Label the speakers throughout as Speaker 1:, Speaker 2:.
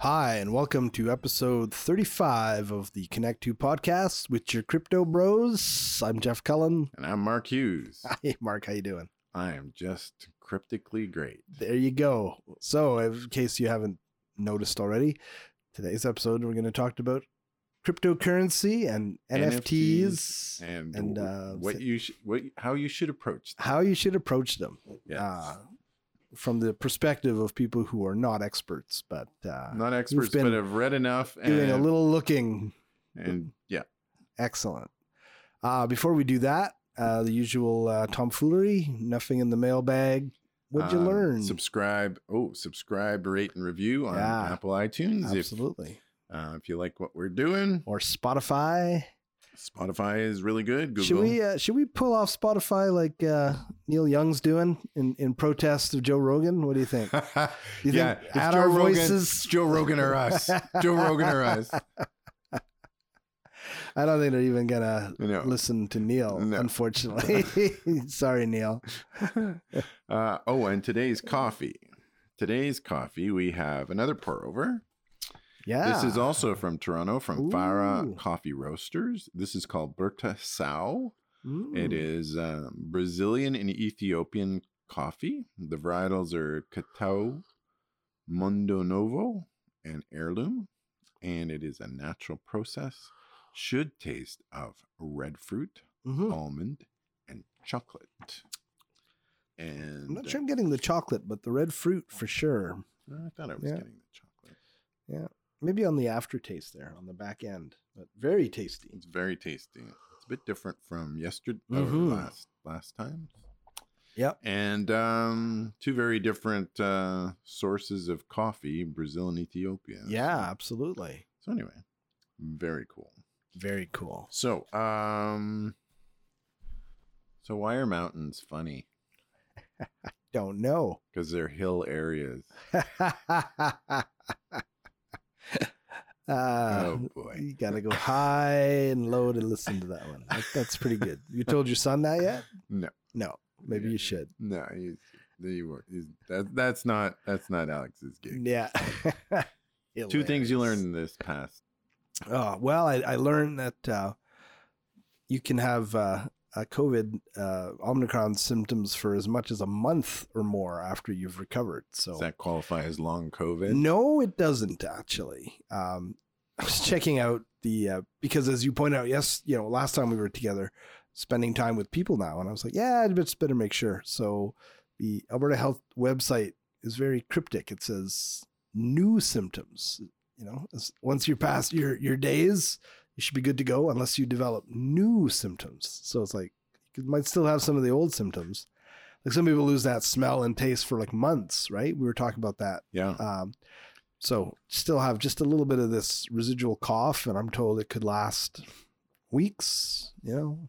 Speaker 1: Hi, and welcome to episode 35 of the Connect2 podcast with your crypto bros. I'm Jeff Cullen.
Speaker 2: And I'm Mark Hughes.
Speaker 1: Hey, Mark, how you doing?
Speaker 2: I am just cryptically great.
Speaker 1: There you go. So, in case you haven't noticed already, today's episode we're going to talk about cryptocurrency and NFTs,
Speaker 2: And,
Speaker 1: and,
Speaker 2: w-
Speaker 1: uh,
Speaker 2: what you sh- what how you should approach that.
Speaker 1: how you should approach them
Speaker 2: Yes.
Speaker 1: uh, from the perspective of people who are not experts, but uh,
Speaker 2: Not experts,
Speaker 1: been
Speaker 2: but have read enough and,
Speaker 1: doing a little looking
Speaker 2: and yeah.
Speaker 1: Excellent. Uh, before we do that, uh, the usual uh, tomfoolery, nothing in the mailbag. What'd you
Speaker 2: Um,
Speaker 1: learn?
Speaker 2: Subscribe. Oh, subscribe, rate, and review on
Speaker 1: Yeah.
Speaker 2: Apple iTunes. If,
Speaker 1: Absolutely.
Speaker 2: uh, if you like what we're doing,
Speaker 1: Or Spotify.
Speaker 2: Spotify is really good. Google.
Speaker 1: Should we uh, should we pull off Spotify like uh, Neil Young's doing in, in protest of Joe Rogan? What do you think? You
Speaker 2: yeah,
Speaker 1: think
Speaker 2: it's
Speaker 1: add
Speaker 2: Joe
Speaker 1: our
Speaker 2: Rogan,
Speaker 1: voices?
Speaker 2: it's Joe Rogan or us. Joe Rogan or us.
Speaker 1: I don't think they're even gonna
Speaker 2: No.
Speaker 1: listen to Neil,
Speaker 2: No.
Speaker 1: unfortunately. Sorry, Neil.
Speaker 2: uh, oh, and today's coffee. Today's coffee, we have another pour over.
Speaker 1: Yeah.
Speaker 2: This is also from Toronto, from
Speaker 1: Ooh.
Speaker 2: Farah Coffee Roasters. This is called Berta Sao. It
Speaker 1: Mm.
Speaker 2: is um, Brazilian and Ethiopian coffee. The varietals are Cacao, Mundo Novo, and Heirloom. And it is a natural process. Should taste of red fruit,
Speaker 1: Mhm.
Speaker 2: almond, and chocolate. And
Speaker 1: I'm not sure I'm getting the chocolate, but the red fruit for sure.
Speaker 2: I thought I was
Speaker 1: Yeah.
Speaker 2: getting the chocolate.
Speaker 1: maybe on the aftertaste there on the back end, but very tasty.
Speaker 2: It's very tasty. It's a bit different from yesterday
Speaker 1: Mhm.
Speaker 2: or last last time.
Speaker 1: Yep.
Speaker 2: And um, two very different uh, sources of coffee, Brazil and Ethiopia. So-
Speaker 1: Yeah, absolutely.
Speaker 2: So anyway, very cool.
Speaker 1: Very cool.
Speaker 2: So um, so why are mountains funny?
Speaker 1: Don't know.
Speaker 2: Because they're hill areas.
Speaker 1: Uh,
Speaker 2: oh boy.
Speaker 1: You gotta go high and low to listen to that one. That- that's pretty good. You told your son that yet?
Speaker 2: No.
Speaker 1: No. Maybe
Speaker 2: Yeah.
Speaker 1: you should.
Speaker 2: No, he's, he, wor- he's, that, that's not that's not Alex's gig.
Speaker 1: Yeah.
Speaker 2: Two things you
Speaker 1: Hilarious.
Speaker 2: learned in this past.
Speaker 1: Oh, well, I, I learned that uh, you can have uh, a COVID uh, Omicron symptoms for as much as a month or more after you've recovered. So
Speaker 2: Does that qualify as long COVID?
Speaker 1: no, it doesn't actually. Um, I was checking out the uh, because as you point out, yes, you know, last time we were together, spending time with people now, and I was like, yeah, I just better make sure. So the Alberta Health website is very cryptic. It says new symptoms. You know, as- once you're past your your days, you should be good to go unless you develop new symptoms. So it's like you might still have some of the old symptoms. Like some people lose that smell and taste for like months, right? We were talking about that
Speaker 2: Yeah.
Speaker 1: um, so still have just a little bit of this residual cough, and I'm told it could last weeks, you know,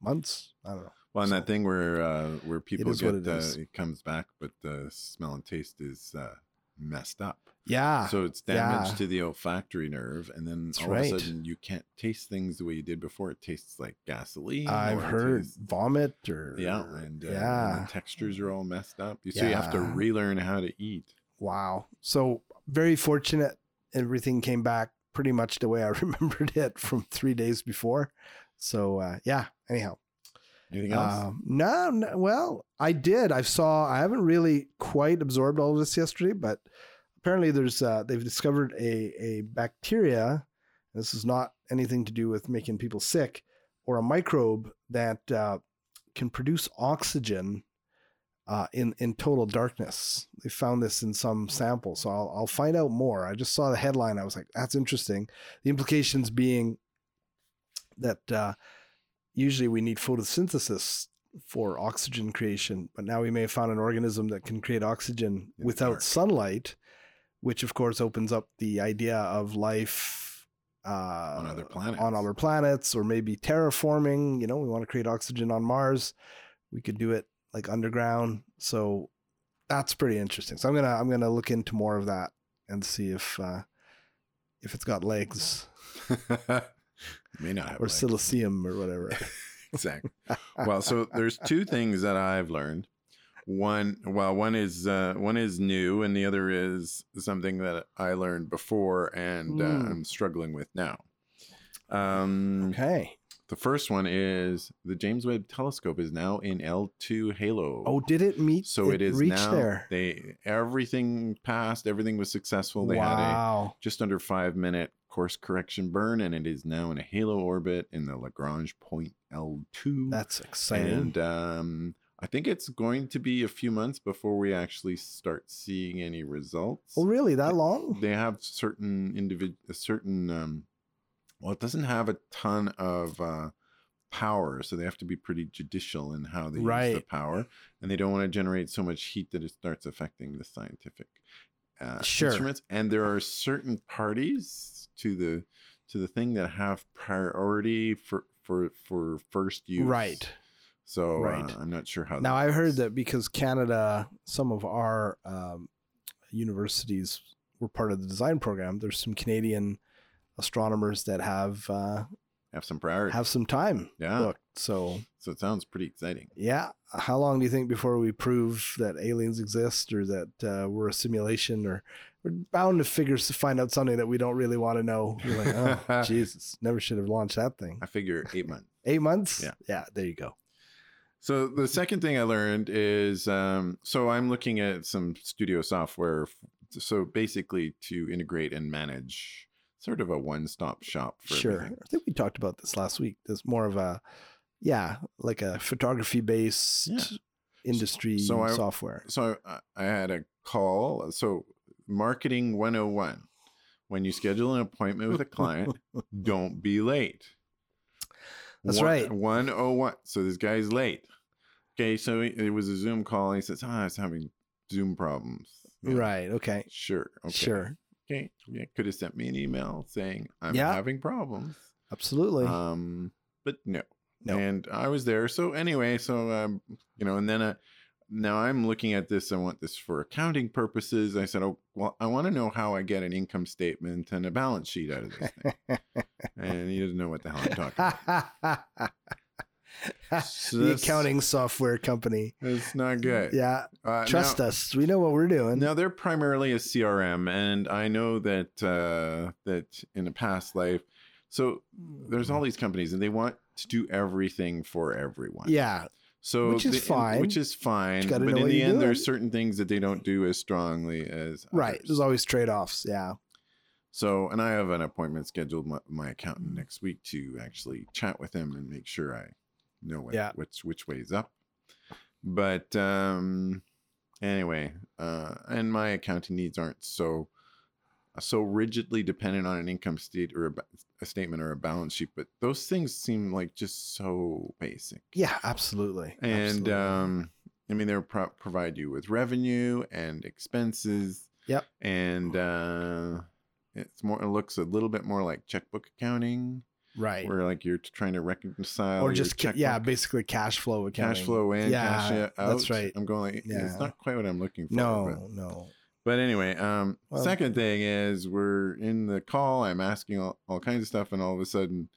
Speaker 1: months. I don't know.
Speaker 2: Well, and
Speaker 1: So-
Speaker 2: that thing where uh, where people
Speaker 1: is what
Speaker 2: get
Speaker 1: it
Speaker 2: uh,
Speaker 1: is.
Speaker 2: it comes back, but the smell and taste is uh, messed up.
Speaker 1: Yeah.
Speaker 2: so it's damage
Speaker 1: Ah, yeah.
Speaker 2: to the olfactory nerve, and then
Speaker 1: That's
Speaker 2: all
Speaker 1: right.
Speaker 2: of a sudden you can't taste things the way you did before. It tastes like gasoline.
Speaker 1: I've
Speaker 2: or it
Speaker 1: heard
Speaker 2: tastes-
Speaker 1: vomit or
Speaker 2: Yeah, and, uh, and
Speaker 1: yeah.
Speaker 2: the textures are all messed up. You- So you have to
Speaker 1: Yeah.
Speaker 2: relearn how to eat.
Speaker 1: Wow. So very fortunate. Everything came back pretty much the way I remembered it from three days before. So uh, yeah. Anyhow,
Speaker 2: Anything else?
Speaker 1: Um, no, no, well, I did. I saw. I haven't really quite absorbed all of this yesterday, but apparently there's uh, they've discovered a a bacteria. This is not anything to do with making people sick, or a microbe that uh, can produce oxygen uh, in in total darkness. They found this in some sample, so I'll I'll find out more. I just saw the headline. I was like, that's interesting. The implications being that uh, usually we need photosynthesis for oxygen creation, but now we may have found an organism that can create oxygen
Speaker 2: the
Speaker 1: without
Speaker 2: dark.
Speaker 1: sunlight, which of course opens up the idea of life uh,
Speaker 2: on other planets.
Speaker 1: on other planets or maybe terraforming. You know, we want to create oxygen on Mars. We could do it like underground. So that's pretty interesting. So I'm gonna I'm gonna look into more of that and see if uh, if it's got legs
Speaker 2: May not have
Speaker 1: or
Speaker 2: legs.
Speaker 1: silicium or whatever.
Speaker 2: exactly. Well, so there's two things that I've learned. One, well, one is uh, one is new, and the other is something that I learned before and uh,
Speaker 1: Mm.
Speaker 2: I'm struggling with now. Um,
Speaker 1: Okay.
Speaker 2: The first one is the James Webb Telescope is now in L2 halo.
Speaker 1: Oh, did it meet?
Speaker 2: so it is
Speaker 1: reach
Speaker 2: now.
Speaker 1: there.
Speaker 2: They everything passed. Everything was successful. They had a
Speaker 1: wow.
Speaker 2: just under five minute course correction burn, and it is now in a halo orbit in the Lagrange point L2.
Speaker 1: That's exciting.
Speaker 2: And um, I think it's going to be a few months before we actually start seeing any results.
Speaker 1: oh, really? That long?
Speaker 2: They have certain individ, a certain. Um, well, it doesn't have a ton of uh, power, so they have to be pretty judicial in how they use the
Speaker 1: Right.
Speaker 2: power, and they don't want to generate so much heat that it starts affecting the scientific uh,
Speaker 1: Sure.
Speaker 2: instruments. And there are certain parties to the to the thing that have priority for for for first use,
Speaker 1: Right.
Speaker 2: so
Speaker 1: Right.
Speaker 2: uh, I'm not sure how.
Speaker 1: Now I heard
Speaker 2: works.
Speaker 1: that because Canada, some of our um, universities were part of the design program. There's some Canadian astronomers that have uh,
Speaker 2: have some priority.
Speaker 1: have some time
Speaker 2: yeah,
Speaker 1: booked. So
Speaker 2: so it sounds pretty exciting.
Speaker 1: yeah, how long do you think before we prove that aliens exist or that uh, we're a simulation or we're bound to figure find out something that we don't really want to know? You're like, oh, Jesus, never should have launched that thing.
Speaker 2: I figure eight months.
Speaker 1: Eight months.
Speaker 2: Yeah.
Speaker 1: yeah. There you go.
Speaker 2: So the second thing I learned is um, so I'm looking at some studio software. f- So basically, to integrate and manage sort of a one-stop shop for
Speaker 1: sure.
Speaker 2: everything.
Speaker 1: I think we talked about this last week. There's more of a, yeah, like a photography based
Speaker 2: Yeah.
Speaker 1: industry
Speaker 2: so I-
Speaker 1: software.
Speaker 2: So I, I had a call. So marketing 101. When you schedule an appointment with a client, don't be late.
Speaker 1: That's
Speaker 2: One-
Speaker 1: right.
Speaker 2: 101. So this guy's late. Okay, so he- it was a Zoom call and he says, ah, I was having Zoom problems. Yeah,
Speaker 1: Right. Okay.
Speaker 2: Sure. Okay.
Speaker 1: Sure.
Speaker 2: Okay. Yeah, could have sent me an email saying I'm
Speaker 1: Yeah.
Speaker 2: having problems.
Speaker 1: Absolutely.
Speaker 2: Um, but no.
Speaker 1: No.
Speaker 2: And I was there. So anyway, so um, you know, and then uh, now I'm looking at this. I want this for accounting purposes. I said, oh, well, I want to know how I get an income statement and a balance sheet out of this thing. and he doesn't know what the hell I'm talking about. So
Speaker 1: the
Speaker 2: that's-
Speaker 1: accounting software company.
Speaker 2: That's not good.
Speaker 1: Yeah.
Speaker 2: Uh,
Speaker 1: Trust
Speaker 2: now,
Speaker 1: us. We know what we're doing.
Speaker 2: Now they're primarily a CRM, and I know that uh, that in a past life, so there's
Speaker 1: Hmm.
Speaker 2: all these companies, and they want to do everything for everyone.
Speaker 1: yeah.
Speaker 2: So
Speaker 1: Which is
Speaker 2: the-
Speaker 1: fine.
Speaker 2: Which is fine.
Speaker 1: gotta
Speaker 2: But
Speaker 1: know
Speaker 2: in
Speaker 1: what
Speaker 2: the
Speaker 1: you're
Speaker 2: end,
Speaker 1: doing.
Speaker 2: there's certain things that they don't do as strongly as
Speaker 1: Right.
Speaker 2: others.
Speaker 1: There's always trade offs. Yeah.
Speaker 2: So, and I have an appointment scheduled my, my accountant next week to actually chat with him and make sure I know what,
Speaker 1: Yeah.
Speaker 2: what's which way is up. But um, anyway, uh, and my accounting needs aren't so so rigidly dependent on an income state or a, ba- a statement or a balance sheet. But those things seem like just so basic.
Speaker 1: Yeah. Absolutely.
Speaker 2: And
Speaker 1: Absolutely.
Speaker 2: um, I mean, they'll pro- provide you with revenue and expenses.
Speaker 1: Yep.
Speaker 2: And uh, it's more. It looks a little bit more like checkbook accounting,
Speaker 1: right.
Speaker 2: where like you're trying to reconcile
Speaker 1: Or
Speaker 2: your
Speaker 1: just, ca- yeah,
Speaker 2: checkbook,
Speaker 1: basically cash flow accounting.
Speaker 2: cash flow in,
Speaker 1: Yeah,
Speaker 2: cash out.
Speaker 1: that's right.
Speaker 2: I'm going. Like,
Speaker 1: Yeah.
Speaker 2: It's not quite what I'm looking for. but-
Speaker 1: No, no.
Speaker 2: but anyway, um,
Speaker 1: Well-
Speaker 2: second thing is we're in the call. I'm asking all, all kinds of stuff, and all of a sudden,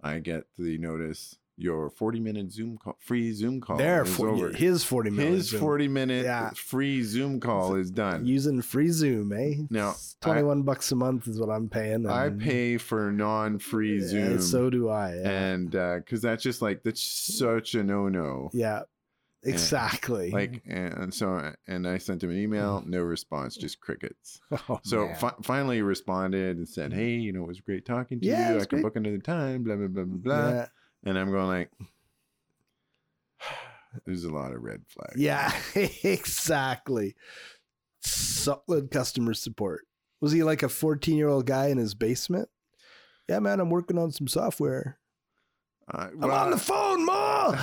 Speaker 2: I get the notice: your 40 minute Zoom call, free Zoom call,
Speaker 1: There,
Speaker 2: is
Speaker 1: for,
Speaker 2: over. His,
Speaker 1: his 40 minutes.
Speaker 2: 40 minute
Speaker 1: Yeah.
Speaker 2: free Zoom call is done.
Speaker 1: using free Zoom, eh?
Speaker 2: Now,
Speaker 1: It's
Speaker 2: I-
Speaker 1: 21 bucks a month is what I'm paying.
Speaker 2: I
Speaker 1: and-
Speaker 2: pay for non-free
Speaker 1: Yeah,
Speaker 2: Zoom,
Speaker 1: So do I. Yeah.
Speaker 2: and because that's just like that's such a no-no.
Speaker 1: Yeah, exactly.
Speaker 2: Like, and so, and I sent him an email, no response, just crickets.
Speaker 1: Oh,
Speaker 2: So
Speaker 1: man.
Speaker 2: fi- finally responded and said, "Hey, you know, it was great talking to
Speaker 1: Yeah, it
Speaker 2: you.
Speaker 1: was
Speaker 2: I can
Speaker 1: great.
Speaker 2: book another time." Blah blah blah blah. blah.
Speaker 1: Yeah.
Speaker 2: And I'm going like, "There's a lot of red flags."
Speaker 1: Yeah, exactly. Solid customer support. Was he like a 14 year old guy in his basement? Yeah, man, I'm working on some software.
Speaker 2: Uh,
Speaker 1: I'm on the phone, Ma.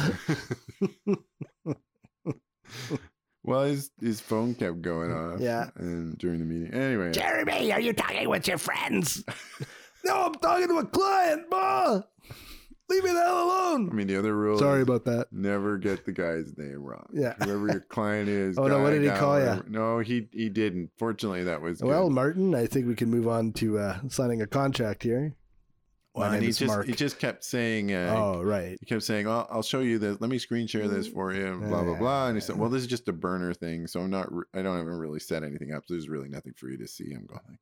Speaker 2: well, his his phone kept going off.
Speaker 1: Yeah.
Speaker 2: And during the meeting, anyway.
Speaker 1: Jeremy, are you talking with your friends? no, I'm talking to a client, Ma. Leave me the hell
Speaker 2: I
Speaker 1: alone.
Speaker 2: mean, the other rule.
Speaker 1: Sorry
Speaker 2: is
Speaker 1: about that.
Speaker 2: never get the guy's name wrong.
Speaker 1: Yeah.
Speaker 2: Whoever your client is.
Speaker 1: Oh, no,
Speaker 2: guy,
Speaker 1: what did he
Speaker 2: gal,
Speaker 1: call ya?
Speaker 2: whatever. No, he he didn't. Fortunately, that was
Speaker 1: Well,
Speaker 2: good.
Speaker 1: Martin, I think we can move on to uh, signing a contract here. My
Speaker 2: and
Speaker 1: name
Speaker 2: he
Speaker 1: is
Speaker 2: just
Speaker 1: Mark.
Speaker 2: he just kept saying, uh,
Speaker 1: oh, right.
Speaker 2: he kept saying, "Well, I'll show you this. Let me screen share this
Speaker 1: Mm.
Speaker 2: for you." and Blah blah blah. And he said, "Well, this is just a burner thing, so I'm not. Re- I don't even really set anything up. So there's really nothing for you to see." I'm going, like,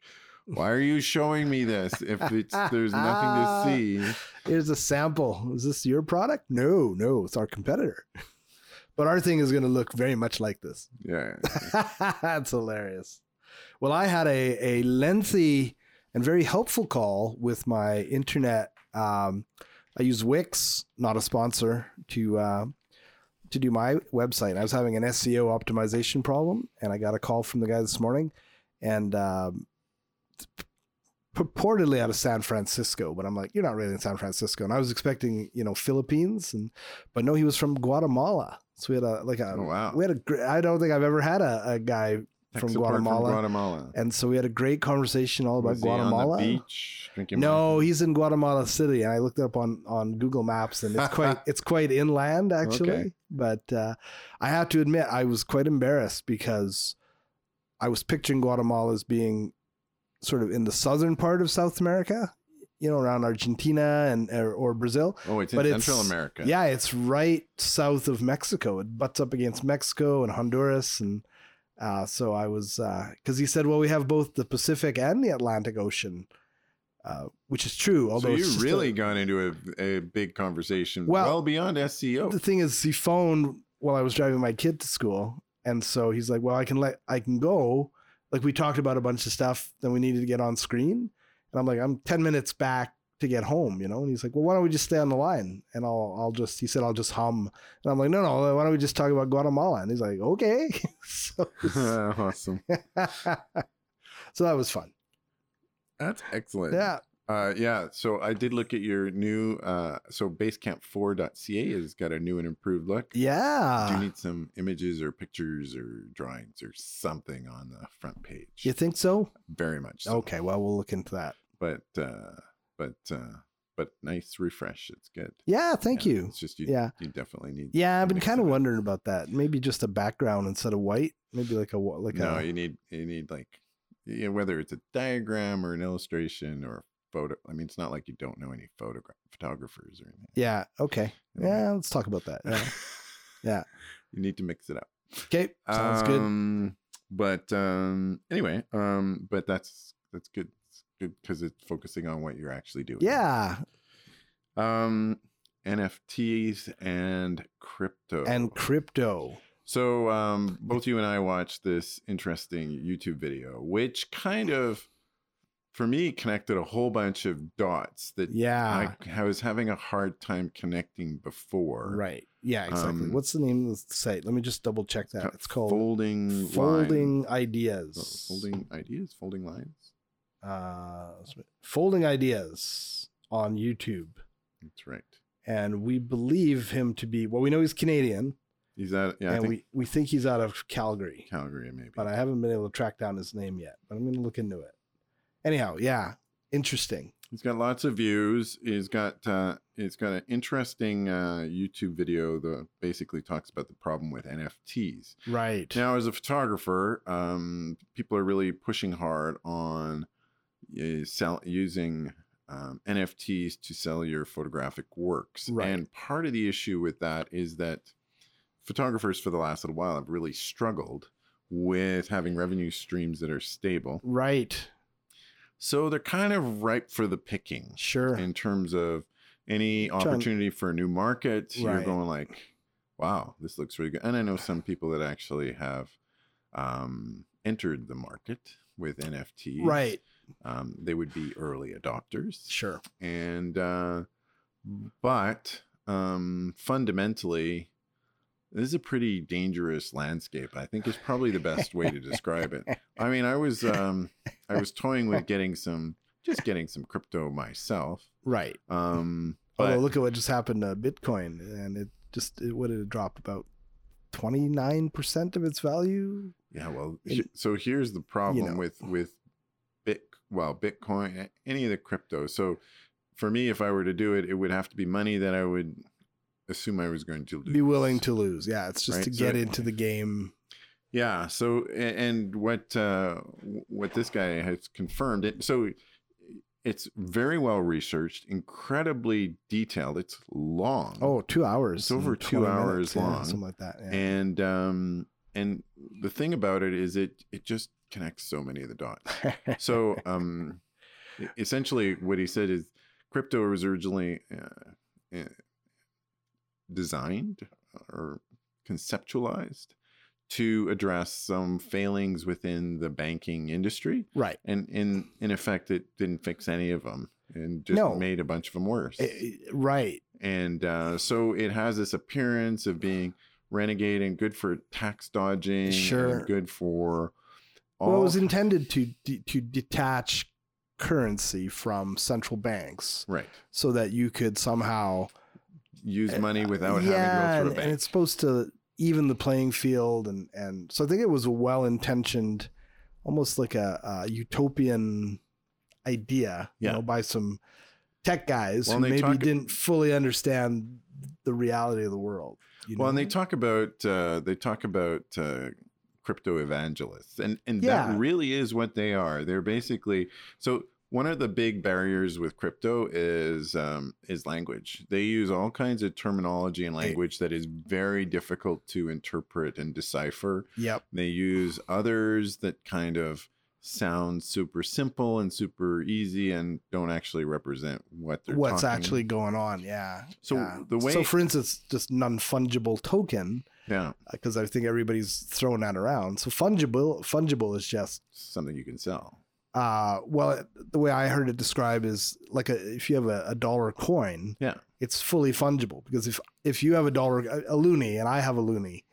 Speaker 2: "Why are you showing me this if it's there's nothing to see?"
Speaker 1: Here's a sample. Is this your product? No, no, it's our competitor. But our thing is going to look very much like this.
Speaker 2: Yeah,
Speaker 1: That's hilarious. Well, I had a, a lengthy and very helpful call with my internet. Um, I use Wix, not a sponsor, to uh, to do my website. I was having an SEO optimization problem, and I got a call from the guy this morning, and um, purportedly out of San Francisco. But I'm like, you're not really in San Francisco, and I was expecting you know Philippines, and but no, he was from Guatemala. So we had a like a
Speaker 2: Oh, wow.
Speaker 1: Um, we had a gr- I don't think I've ever had a, a guy,
Speaker 2: Tech
Speaker 1: From
Speaker 2: support
Speaker 1: Guatemala.
Speaker 2: Guatemala.
Speaker 1: and so we had a great conversation all about
Speaker 2: Was he on the
Speaker 1: Guatemala.
Speaker 2: beach drinking.
Speaker 1: No, he's in Guatemala City, and I looked it up on on Google Maps, and it's quite it's quite inland actually.
Speaker 2: Okay.
Speaker 1: But uh, I have to admit, I was quite embarrassed because I was picturing Guatemala as being sort of in the southern part of South America, you know, around Argentina and or, or Brazil.
Speaker 2: Oh, it's in
Speaker 1: but it's-
Speaker 2: Central America.
Speaker 1: Yeah, it's right south of Mexico. It butts up against Mexico and Honduras, and uh, so I was because he said, "Well, we have both the Pacific and the Atlantic Ocean," uh, which is true. Although
Speaker 2: so
Speaker 1: it's
Speaker 2: you
Speaker 1: just a-
Speaker 2: really got into a, a big conversation well,
Speaker 1: Well,
Speaker 2: beyond E SEO.
Speaker 1: the thing is, he phoned while I was driving my kid to school, and so he's like, "Well, I can let I can go." Like we talked about a bunch of stuff, then we needed to get on screen, and I'm like, "I'm ten minutes back to get home," you know. And he's like, "Well, why don't we just stay on the line?" And I'll I'll just he said I'll just hum, and I'm like, "No, no, why don't we just talk about Guatemala?" And he's like, "Okay." so, so
Speaker 2: awesome.
Speaker 1: that was fun.
Speaker 2: That's excellent.
Speaker 1: Yeah,
Speaker 2: Uh, yeah, so I did look at your new. Uh, so Basecamp4.ca has got a new and improved look. Do you
Speaker 1: yeah.
Speaker 2: need some images or pictures or drawings or something on the front page?
Speaker 1: You think so?
Speaker 2: Very much. So.
Speaker 1: Okay, well we'll look into that.
Speaker 2: But uh, but uh, but nice refresh. It's good.
Speaker 1: Yeah, thank
Speaker 2: Yeah,
Speaker 1: you.
Speaker 2: It's just you.
Speaker 1: Yeah.
Speaker 2: You definitely need.
Speaker 1: Yeah, I've been
Speaker 2: mix
Speaker 1: kind
Speaker 2: it
Speaker 1: of
Speaker 2: up.
Speaker 1: wondering about that. Maybe just a background instead of white. Maybe like a wa- like
Speaker 2: no,
Speaker 1: a
Speaker 2: you need you need like you know, whether it's a diagram or an illustration or a photo. I mean, it's not like you don't know any photograph photographers or anything.
Speaker 1: yeah. Okay,
Speaker 2: you know?
Speaker 1: yeah. Let's talk about that. Yeah. Yeah.
Speaker 2: You need to mix it up.
Speaker 1: Okay, sounds good.
Speaker 2: um, But um, anyway, um, but that's that's good. It's good because it's focusing on what you're actually doing.
Speaker 1: Yeah,
Speaker 2: Um, NFTs and crypto.
Speaker 1: and crypto.
Speaker 2: so um, both you and I watched this interesting YouTube video, which kind of, for me, connected a whole bunch of dots that
Speaker 1: Yeah,
Speaker 2: I, I was having a hard time connecting before.
Speaker 1: right. Yeah, exactly.
Speaker 2: Um,
Speaker 1: What's the name of the site? Let me just double check that. It's called
Speaker 2: folding. Line-
Speaker 1: Folding
Speaker 2: Oh,
Speaker 1: Ideas.
Speaker 2: folding ideas. Folding lines.
Speaker 1: Uh, Folding Ideas on YouTube,
Speaker 2: That's right.
Speaker 1: and we believe him to be. Well, we know he's Canadian,
Speaker 2: He's at yeah, I
Speaker 1: and
Speaker 2: think
Speaker 1: we we think he's out of Calgary.
Speaker 2: Calgary maybe.
Speaker 1: but I haven't been able to track down his name yet. But I'm going to look into it. Anyhow, yeah, interesting.
Speaker 2: He's got lots of views. He's got uh, he's got an interesting uh, YouTube video that basically talks about the problem with NFTs.
Speaker 1: Right.
Speaker 2: Now, as a photographer, um, people are really pushing hard on uh, sell, using um, NFTs to sell your photographic works.
Speaker 1: Right.
Speaker 2: And part of the issue with that is that photographers for the last little while have really struggled with having revenue streams that are stable.
Speaker 1: Right.
Speaker 2: So they're kind of ripe for the picking
Speaker 1: Sure.
Speaker 2: in terms of any opportunity for a new market. You're
Speaker 1: Right.
Speaker 2: going like, wow, this looks really good. And I know some people that actually have um, entered the market with NFTs.
Speaker 1: right.
Speaker 2: Um, they would be early adopters
Speaker 1: Sure.
Speaker 2: and uh, but um, fundamentally this is a pretty dangerous landscape i think is probably the best way to describe it i mean i was um, i was toying with getting some just getting some crypto myself
Speaker 1: Right.
Speaker 2: um,
Speaker 1: Although
Speaker 2: but
Speaker 1: Oh, look at what just happened to Bitcoin, and it just it would have dropped about twenty nine percent of its value.
Speaker 2: yeah well he- so here's the problem
Speaker 1: know.
Speaker 2: with with bit well bitcoin a- any of the crypto so for me if i were to do it it would have to be money that i would assume i was going to lose.
Speaker 1: Be willing to lose. Yeah, it's just
Speaker 2: Right,
Speaker 1: to
Speaker 2: so
Speaker 1: get
Speaker 2: it-
Speaker 1: into the game.
Speaker 2: Yeah. So a- and what uh, w- what this guy has confirmed it. So It's very well researched, incredibly detailed. It's long.
Speaker 1: Oh, two hours.
Speaker 2: It's over
Speaker 1: and
Speaker 2: two
Speaker 1: 20
Speaker 2: hours
Speaker 1: minutes, yeah,
Speaker 2: long.
Speaker 1: something like that. Yeah.
Speaker 2: and um, and the thing about it is it it just connects so many of the dots. So um, e- essentially, what he said is crypto was originally uh, uh, designed or conceptualized to address some failings within the banking industry,
Speaker 1: right.
Speaker 2: and in in effect, it didn't fix any of them and just
Speaker 1: No.
Speaker 2: made a bunch of them worse
Speaker 1: Eh, eh, right.
Speaker 2: and uh, so it has this appearance of being renegade and good for tax dodging, and
Speaker 1: Sure.
Speaker 2: good for all.
Speaker 1: Well, it was intended to de- to detach currency from central banks
Speaker 2: right,
Speaker 1: so that you could somehow
Speaker 2: use
Speaker 1: Uh,
Speaker 2: money without
Speaker 1: yeah,
Speaker 2: having to go
Speaker 1: and,
Speaker 2: through a
Speaker 1: and
Speaker 2: bank.
Speaker 1: it's supposed to even the playing field, and and so I think it was a well intentioned, almost like a, a utopian idea,
Speaker 2: Yeah.
Speaker 1: you know, by some tech guys
Speaker 2: Well,
Speaker 1: who
Speaker 2: and
Speaker 1: maybe
Speaker 2: they talk-
Speaker 1: didn't fully understand the reality of the world. You
Speaker 2: Well, and
Speaker 1: know?
Speaker 2: they talk about uh, they talk about uh, crypto evangelists, and and
Speaker 1: Yeah.
Speaker 2: that really is what they are. They're basically so. One of the big barriers with crypto is um, is language. They use all kinds of terminology and language that is very difficult to interpret and decipher.
Speaker 1: yep,
Speaker 2: They use others that kind of sound super simple and super easy and don't actually represent what they're
Speaker 1: what's
Speaker 2: talking-
Speaker 1: actually going on? Yeah.
Speaker 2: So
Speaker 1: yeah.
Speaker 2: the way-
Speaker 1: so for instance, just non fungible token.
Speaker 2: yeah
Speaker 1: Because I think everybody's throwing that around. So fungible, fungible is just
Speaker 2: something you can sell.
Speaker 1: uh well the way i heard it described is like a, if you have a, a dollar coin
Speaker 2: Yeah.
Speaker 1: it's fully fungible because if if you have a dollar a, a loony and i have a loony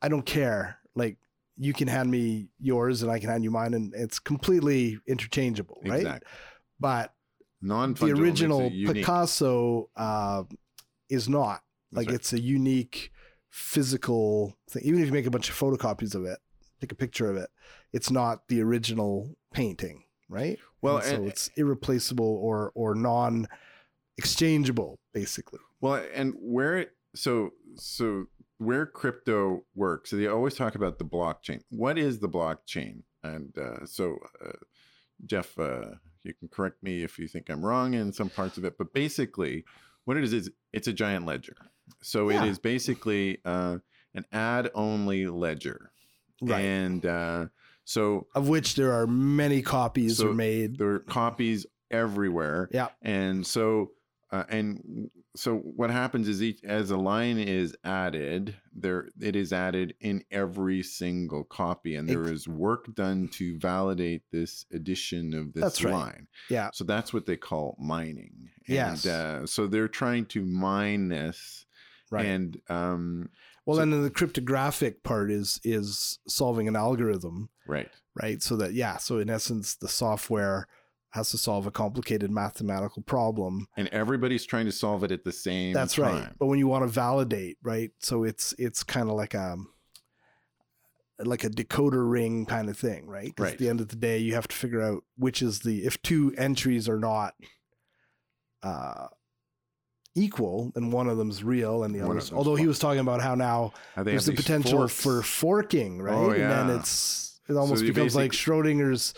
Speaker 1: i don't care like you can hand me yours and i can hand you mine and it's completely interchangeable right
Speaker 2: Exactly.
Speaker 1: but
Speaker 2: Non
Speaker 1: the
Speaker 2: fungible.
Speaker 1: original
Speaker 2: unique.
Speaker 1: picasso uh is not
Speaker 2: That's
Speaker 1: like
Speaker 2: right.
Speaker 1: it's a unique physical thing even if you make a bunch of photocopies of it take a picture of it it's not the original painting right
Speaker 2: Well,
Speaker 1: And so
Speaker 2: and-
Speaker 1: it's irreplaceable or or non exchangeable basically
Speaker 2: Well, and where it so so where crypto works. So they always talk about the blockchain. What is the blockchain? And uh, so, uh, Jeff, uh, you can correct me if you think I'm wrong in some parts of it, but basically, what it is is it's a giant ledger. So
Speaker 1: Yeah.
Speaker 2: it is basically uh, an ad-only ledger, and uh, so
Speaker 1: of which there are many copies
Speaker 2: So
Speaker 1: are made
Speaker 2: there are copies everywhere.
Speaker 1: Yeah.
Speaker 2: And so, uh, and so what happens is each, as a line is added, there it is added in every single copy, and there
Speaker 1: Ex-
Speaker 2: is work done to validate this addition of this
Speaker 1: That's right.
Speaker 2: line.
Speaker 1: Yeah.
Speaker 2: So that's what they call mining. And,
Speaker 1: Yes.
Speaker 2: Uh, so they're trying to mine this,
Speaker 1: right
Speaker 2: and um,
Speaker 1: well
Speaker 2: so-
Speaker 1: and then the cryptographic part is is solving an algorithm
Speaker 2: right.
Speaker 1: right? So that yeah, so in essence, the software has to solve a complicated mathematical problem.
Speaker 2: And everybody's trying to solve it at the same
Speaker 1: That's
Speaker 2: time.
Speaker 1: right. But when you want to validate, right? So it's it's kind of like a like a decoder ring kind of thing, right? 'Cause
Speaker 2: Right.
Speaker 1: At the end of the day, you have to figure out which is the if two entries are not uh, equal, then one of them's real and the
Speaker 2: One
Speaker 1: other.
Speaker 2: of them's
Speaker 1: Although he
Speaker 2: false.
Speaker 1: was talking about how now
Speaker 2: How Uh, they
Speaker 1: there's the
Speaker 2: have these
Speaker 1: potential
Speaker 2: forks.
Speaker 1: for forking, right?
Speaker 2: Oh,
Speaker 1: And
Speaker 2: yeah.
Speaker 1: then it's it almost
Speaker 2: you
Speaker 1: becomes like Schrodinger's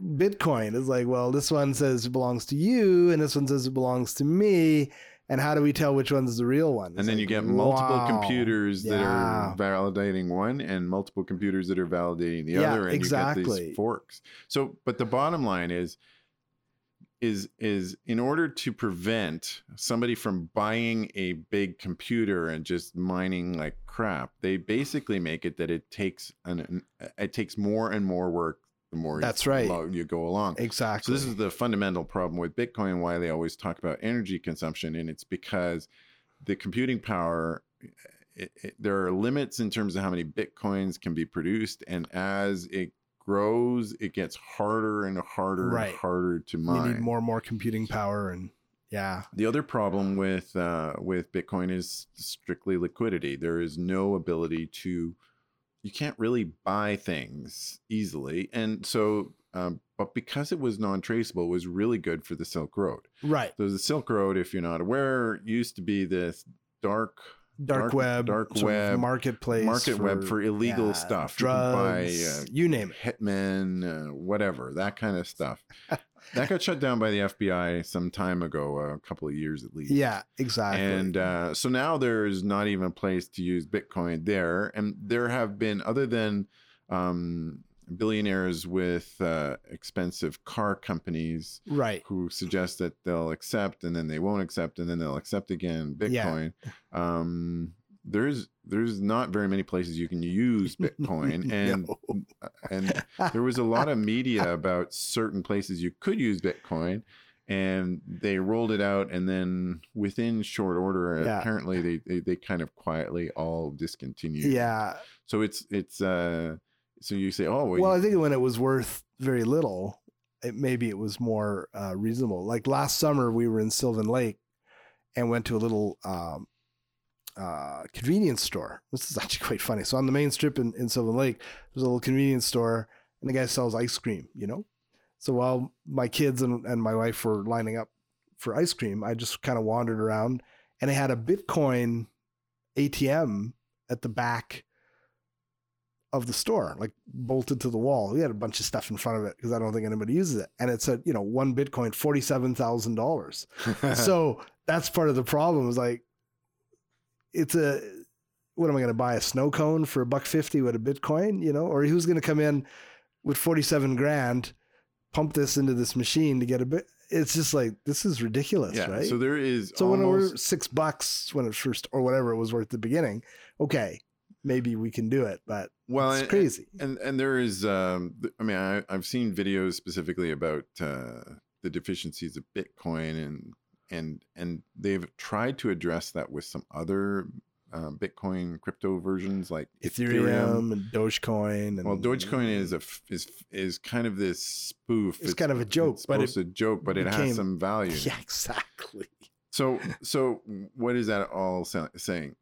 Speaker 1: Bitcoin. It's like, well, this one says it belongs to you, and this one says it belongs to me. And how do we tell which one's the real one?
Speaker 2: and then you get multiple computers that are validating one and multiple computers that are validating the
Speaker 1: Yeah,
Speaker 2: other and you get
Speaker 1: exactly.
Speaker 2: these forks so but the bottom line is is is in order to prevent somebody from buying a big computer and just mining like crap they basically make it that it takes an, an- it takes more and more work the more
Speaker 1: That's
Speaker 2: you,
Speaker 1: right.
Speaker 2: lo- you go along so
Speaker 1: exactly.
Speaker 2: this is the fundamental problem with Bitcoin. Why they always talk about energy consumption, and it's because the computing power. It, it, there are limits in terms of how many bitcoins can be produced, and as it grows, it gets harder and harder
Speaker 1: Right.
Speaker 2: and harder to
Speaker 1: you
Speaker 2: mine.
Speaker 1: need more and more computing power, and yeah,
Speaker 2: The other problem with uh, with Bitcoin is strictly liquidity. There is no ability to you can't really buy things easily, and so um, but because it was non traceable, it was really good for the Silk Road.
Speaker 1: right.
Speaker 2: So the Silk Road, if you're not aware, used to be this dark
Speaker 1: Dark,
Speaker 2: Dark-
Speaker 1: web,
Speaker 2: dark
Speaker 1: sort of
Speaker 2: web-
Speaker 1: marketplace,
Speaker 2: market web for illegal
Speaker 1: yeah,
Speaker 2: stuff. You can buy,
Speaker 1: drugs,
Speaker 2: uh,
Speaker 1: you name it.
Speaker 2: hitmen, uh, whatever that kind of stuff. that got shut down by the FBI some time ago, a couple of years at least.
Speaker 1: Yeah, exactly.
Speaker 2: And uh, so now there's not even a place to use Bitcoin there. And there have been, other than um, billionaires with uh, expensive car companies
Speaker 1: right.
Speaker 2: who suggest that they'll accept and then they won't accept and then they'll accept again Bitcoin, um, there's there's not very many places you can use Bitcoin. And
Speaker 1: No.
Speaker 2: and there was a lot of media about certain places you could use Bitcoin, and they rolled it out, and then within short order,
Speaker 1: Yeah.
Speaker 2: apparently they, they they kind of quietly all discontinued.
Speaker 1: yeah.
Speaker 2: So it's it's uh so you say oh well,
Speaker 1: Well, I think when it was worth very little, it maybe it was more uh, reasonable. Like last summer, we were in Sylvan Lake and went to a little um, uh, convenience store. This is actually quite funny. So on the main strip in, in Sylvan Lake, there's a little convenience store, and the guy sells ice cream. You know, so while my kids and, and my wife were lining up for ice cream, I just kind of wandered around, and I had a Bitcoin ATM at the back of the store, like bolted to the wall. We had a bunch of stuff in front of it because I don't think anybody uses it. And it said, you know, one Bitcoin, forty-seven thousand dollars.
Speaker 2: Uh-huh.
Speaker 1: so that's part of the problem. Is like, it's a what am I going to buy a snow cone for a buck fifty with a Bitcoin? You know, or who's going to come in with forty-seven grand, pump this into this machine to get a bit? It's just like this is ridiculous,
Speaker 2: yeah.
Speaker 1: right?
Speaker 2: So there is
Speaker 1: So when it
Speaker 2: almost,
Speaker 1: was six bucks when it first or whatever it was worth at the beginning, okay, maybe we can do it, but
Speaker 2: well
Speaker 1: it's
Speaker 2: and-
Speaker 1: crazy.
Speaker 2: and and there is um th- i mean I, i've seen videos specifically about uh the deficiencies of bitcoin and and and they've tried to address that with some other uh, bitcoin crypto versions like ethereum,
Speaker 1: Ethereum and Dogecoin and
Speaker 2: well dogecoin is a f- is f- is kind of this spoof
Speaker 1: It's kind of a joke,
Speaker 2: it's
Speaker 1: but it
Speaker 2: supposed to joke but it
Speaker 1: became-
Speaker 2: has some value
Speaker 1: yeah, exactly.
Speaker 2: so so what is that all sa- saying?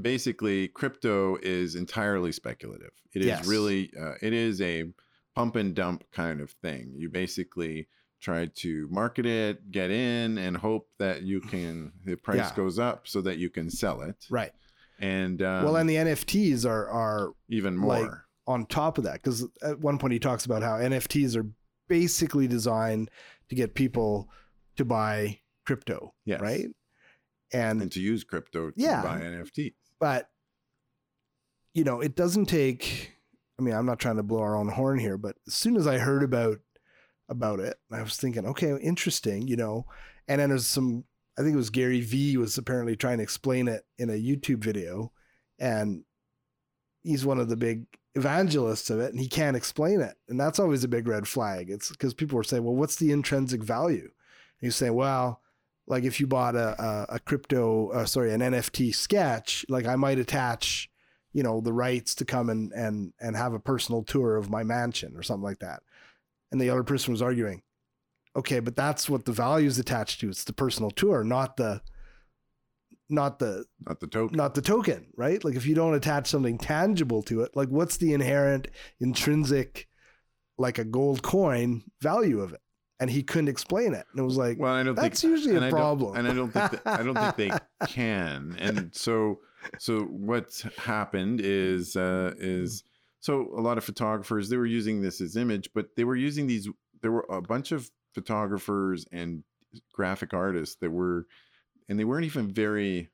Speaker 2: Basically, crypto is entirely speculative. It is
Speaker 1: Yes.
Speaker 2: really uh, it is a pump and dump kind of thing. You basically try to market it, get in, and hope that you can the price
Speaker 1: Yeah.
Speaker 2: goes up so that you can sell it.
Speaker 1: Right.
Speaker 2: And um,
Speaker 1: well, and the NFTs are are
Speaker 2: even more.
Speaker 1: like- on top of that because at one point he talks about how NFTs are basically designed to get people to buy crypto,
Speaker 2: Yes.
Speaker 1: right? And
Speaker 2: and to use crypto to
Speaker 1: Yeah.
Speaker 2: buy NFTs.
Speaker 1: but you know it doesn't take i mean i'm not trying to blow our own horn here but as soon as i heard about about it i was thinking okay interesting you know and then there's some i think it was gary vee was apparently trying to explain it in a youtube video and he's one of the big evangelists of it and he can't explain it and that's always a big red flag it's because people were saying well what's the intrinsic value and he's saying well like if you bought a a, a crypto uh, sorry an nft sketch like i might attach you know the rights to come and and and have a personal tour of my mansion or something like that and the other person was arguing okay but that's what the value is attached to it's the personal tour not the not the
Speaker 2: Not the token.
Speaker 1: not the token, right? Like if you don't attach something tangible to it, like what's the inherent intrinsic like a gold coin value of it? And he couldn't explain it. And it was like
Speaker 2: Well, I don't think
Speaker 1: that's usually
Speaker 2: and
Speaker 1: a
Speaker 2: I don't-
Speaker 1: problem.
Speaker 2: and I don't think that, I don't think they can. And so so what's happened is uh, is so a lot of photographers they were using this as image, but they were using these. There were a bunch of photographers and graphic artists that were, and they weren't even very.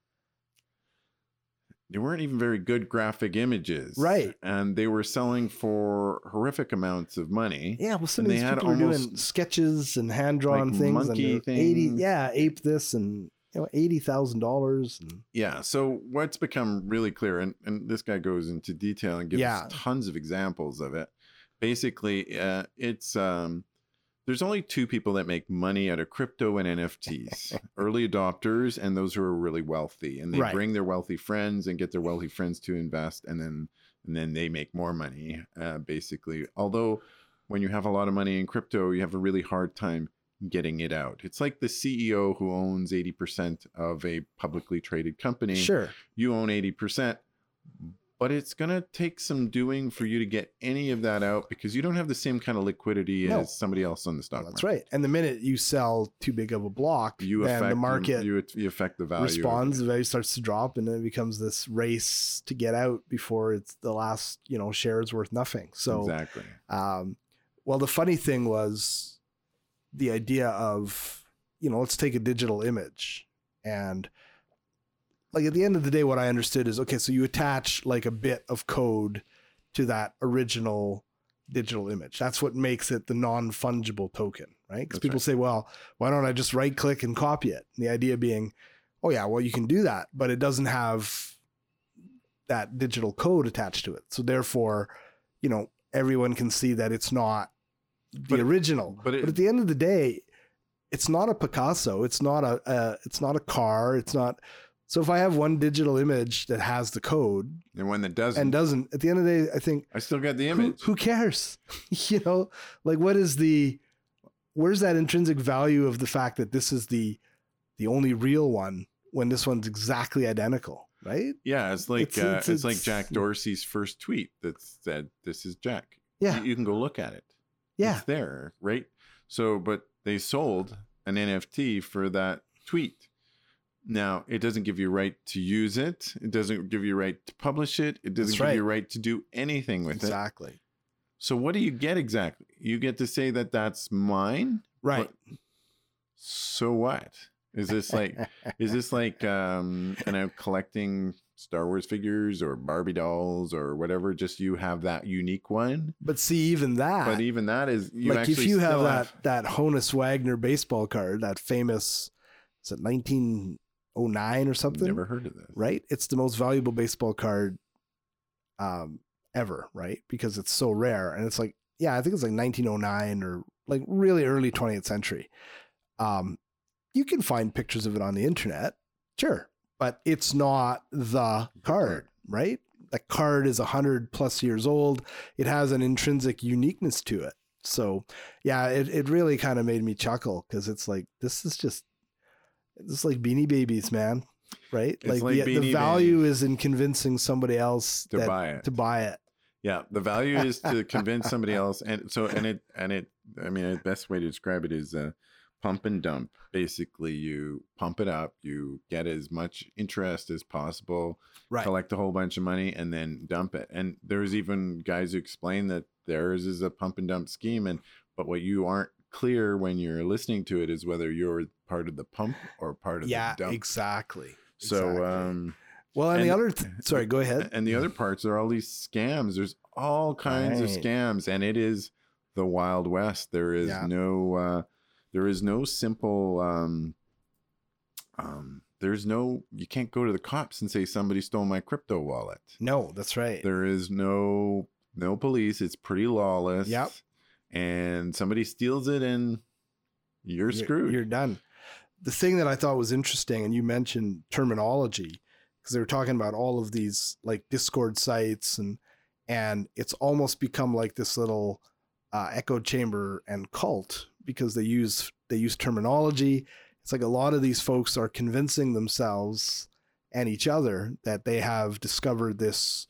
Speaker 2: They weren't even very good graphic images,
Speaker 1: Right.
Speaker 2: And they were selling for horrific amounts of money.
Speaker 1: yeah, well, some
Speaker 2: and
Speaker 1: of
Speaker 2: they
Speaker 1: these
Speaker 2: had
Speaker 1: people are doing
Speaker 2: almost
Speaker 1: sketches and hand drawn
Speaker 2: like
Speaker 1: things, and
Speaker 2: monkey
Speaker 1: they're eighty,
Speaker 2: things.
Speaker 1: yeah, ape this and you know eighty thousand dollars. And
Speaker 2: Yeah. So what's become really clear, and, and this guy goes into detail and gives
Speaker 1: Yeah.
Speaker 2: tons of examples of it. Basically, uh, it's um, there's only two people that make money out of crypto and NFTs: early adopters and those who are really wealthy, and they
Speaker 1: Right.
Speaker 2: bring their wealthy friends and get their wealthy friends to invest, and then and then they make more money. Uh, basically, although when you have a lot of money in crypto, you have a really hard time getting it out. It's like the CEO who owns 80% of a publicly traded company.
Speaker 1: sure,
Speaker 2: You own 80%, but it's going to take some doing for you to get any of that out because you don't have the same kind of liquidity
Speaker 1: No.
Speaker 2: as somebody else on the stock
Speaker 1: that's
Speaker 2: market.
Speaker 1: right. And the minute you sell too big of a block,
Speaker 2: You affect
Speaker 1: then the
Speaker 2: you-
Speaker 1: market
Speaker 2: You, you affect the value. of
Speaker 1: responds,
Speaker 2: it.
Speaker 1: the value starts to drop, and then it becomes this race to get out before it's the last, you know, share is worth nothing. So,
Speaker 2: exactly.
Speaker 1: um, well, the funny thing was, the idea of you know let's take a digital image and like at the end of the day what i understood is okay so you attach like a bit of code to that original digital image that's what makes it the non-fungible token right because
Speaker 2: That's
Speaker 1: people
Speaker 2: right.
Speaker 1: say well why don't i just right click and copy it and the idea being oh yeah well you can do that but it doesn't have that digital code attached to it so therefore you know everyone can see that it's not the
Speaker 2: But-
Speaker 1: original
Speaker 2: but it-
Speaker 1: but at the end of the day it's not a picasso it's not a, a it's not a car it's not so if i have one digital image that has the code
Speaker 2: And when that doesn't,
Speaker 1: and doesn't at the end of the day i think
Speaker 2: I still got the
Speaker 1: who,
Speaker 2: image.
Speaker 1: who cares you know like what is the where's that intrinsic value of the fact that this is the the only real one when this one's exactly identical right
Speaker 2: yeah, it's like
Speaker 1: It's-
Speaker 2: uh,
Speaker 1: it's-
Speaker 2: it's, like
Speaker 1: it's-
Speaker 2: Jack Dorsey's first tweet that said, "This is Jack."
Speaker 1: yeah
Speaker 2: You, you can go look at it.
Speaker 1: yeah
Speaker 2: it's there, right? So, but they sold an NFT for that tweet. Now, it doesn't give you right to use it. It doesn't give you right to publish it. It doesn't
Speaker 1: That's
Speaker 2: give you right to do anything with it.
Speaker 1: exactly
Speaker 2: So, what do you get exactly? You get to say that that's mine.
Speaker 1: right
Speaker 2: So what? Is this like is this like um and I'm collecting Star Wars figures or Barbie dolls or whatever? Just you have that unique one.
Speaker 1: but see even that
Speaker 2: But even that is you
Speaker 1: like if
Speaker 2: actually
Speaker 1: you have
Speaker 2: still
Speaker 1: that that Honus Wagner baseball card, that famous, is it 1909 or something?
Speaker 2: never heard of this.
Speaker 1: Right? It's the most valuable baseball card, um, ever. Right? Because it's so rare, and it's like, yeah, I think it's like 1909 or like really early 20th century. Um, you can find pictures of it on the internet, sure, but it's not the card, right? The card is 100 plus years old. It has an intrinsic uniqueness to it. So, yeah, it, it really kind of made me chuckle because it's like, this is just, this is like beanie babies, man, right?
Speaker 2: It's like
Speaker 1: the, the
Speaker 2: Beanie
Speaker 1: value is in convincing somebody else
Speaker 2: to
Speaker 1: that-
Speaker 2: buy it.
Speaker 1: to buy it.
Speaker 2: yeah, the value is to convince somebody else, and so and it and it. I mean, the best way to describe it is uh, pump and dump. Basically, you pump it up, you get as much interest as possible,
Speaker 1: Right.
Speaker 2: collect a whole bunch of money, and then dump it. And there's even guys who explain that theirs is a pump and dump scheme, and but what you aren't clear when you're listening to it is whether you're part of the pump or part of
Speaker 1: Yeah,
Speaker 2: the dump.
Speaker 1: exactly.
Speaker 2: So.
Speaker 1: exactly.
Speaker 2: um
Speaker 1: well, and, the
Speaker 2: and-
Speaker 1: other, th- sorry, go ahead.
Speaker 2: and the other parts are all these scams. There's all kinds of
Speaker 1: Right.
Speaker 2: scams, and it is the wild west. There is
Speaker 1: Yeah.
Speaker 2: no, uh, there is no simple. Um, um, there's no. You can't go to the cops and say somebody stole my crypto wallet.
Speaker 1: No, that's right.
Speaker 2: There is no no police. It's pretty lawless.
Speaker 1: Yep.
Speaker 2: And somebody steals it, and you're screwed.
Speaker 1: You're done. The thing that I thought was interesting, and you mentioned terminology, because they were talking about all of these like Discord sites, and and it's almost become like this little uh, echo chamber and cult because they use they use terminology. It's like a lot of these folks are convincing themselves and each other that they have discovered this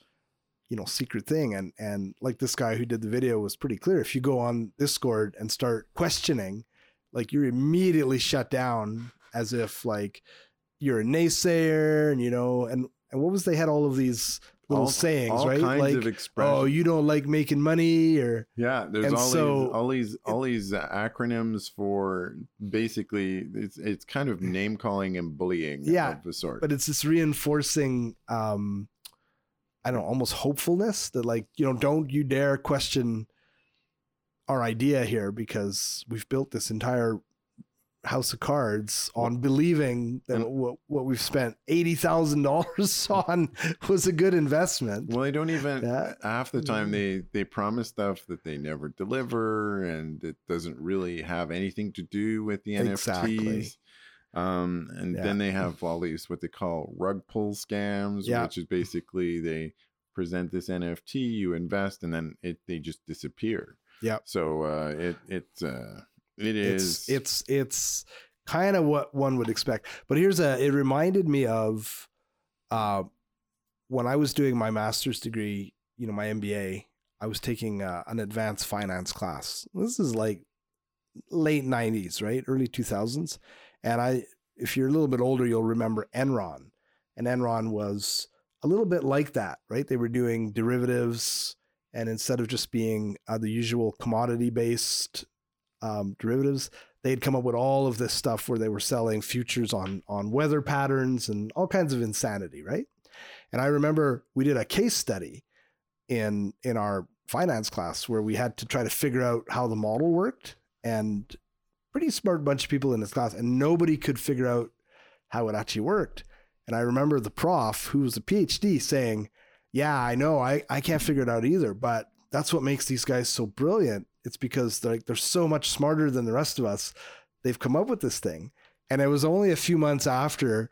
Speaker 1: you know secret thing and and like this guy who did the video was pretty clear if you go on discord and start questioning like you're immediately shut down as if like you're a naysayer and you know and and what was they had all of these little
Speaker 2: All-
Speaker 1: sayings
Speaker 2: all
Speaker 1: right
Speaker 2: kinds
Speaker 1: like
Speaker 2: of expressions.
Speaker 1: oh you don't like making money or
Speaker 2: Yeah, there's
Speaker 1: And
Speaker 2: all
Speaker 1: so-
Speaker 2: these all these all these uh, acronyms for basically it's it's kind of name calling and bullying
Speaker 1: Yeah,
Speaker 2: of the sort.
Speaker 1: but it's this reinforcing um i don't know almost hopefulness that like you know don't you dare question our idea here because we've built this entire house of cards on believing that
Speaker 2: And-
Speaker 1: what, what we've spent $80,000 on was a good investment.
Speaker 2: well, they don't even
Speaker 1: Yeah.
Speaker 2: half the
Speaker 1: mm.
Speaker 2: time they they promise stuff that they never deliver, and it doesn't really have anything to do with the
Speaker 1: Exactly.
Speaker 2: NFTs. Um, and
Speaker 1: Yeah.
Speaker 2: then they have all these what they call rug pull scams,
Speaker 1: Yeah.
Speaker 2: which is basically they present this NFT, you invest, and then it they just disappear.
Speaker 1: Yep.
Speaker 2: So uh, it it uh, it is
Speaker 1: it's it's it's kind of what one would expect but here's a it reminded me of uh, when i was doing my master's degree you know my mba i was taking uh, an advanced finance class this is like late 90s right early 2000s and i if you're a little bit older you'll remember enron and enron was a little bit like that right they were doing derivatives and instead of just being uh, the usual commodity based um, derivatives, they'd come up with all of this stuff where they were selling futures on on weather patterns and all kinds of insanity, right? And I remember we did a case study in in our finance class where we had to try to figure out how the model worked and pretty smart bunch of people in this class and nobody could figure out how it actually worked. And I remember the prof who was a PhD saying, "Yeah, I know. I I can't figure it out either, but that's what makes these guys so brilliant. It's because they're like they're so much smarter than the rest of us. They've come up with this thing. And it was only a few months after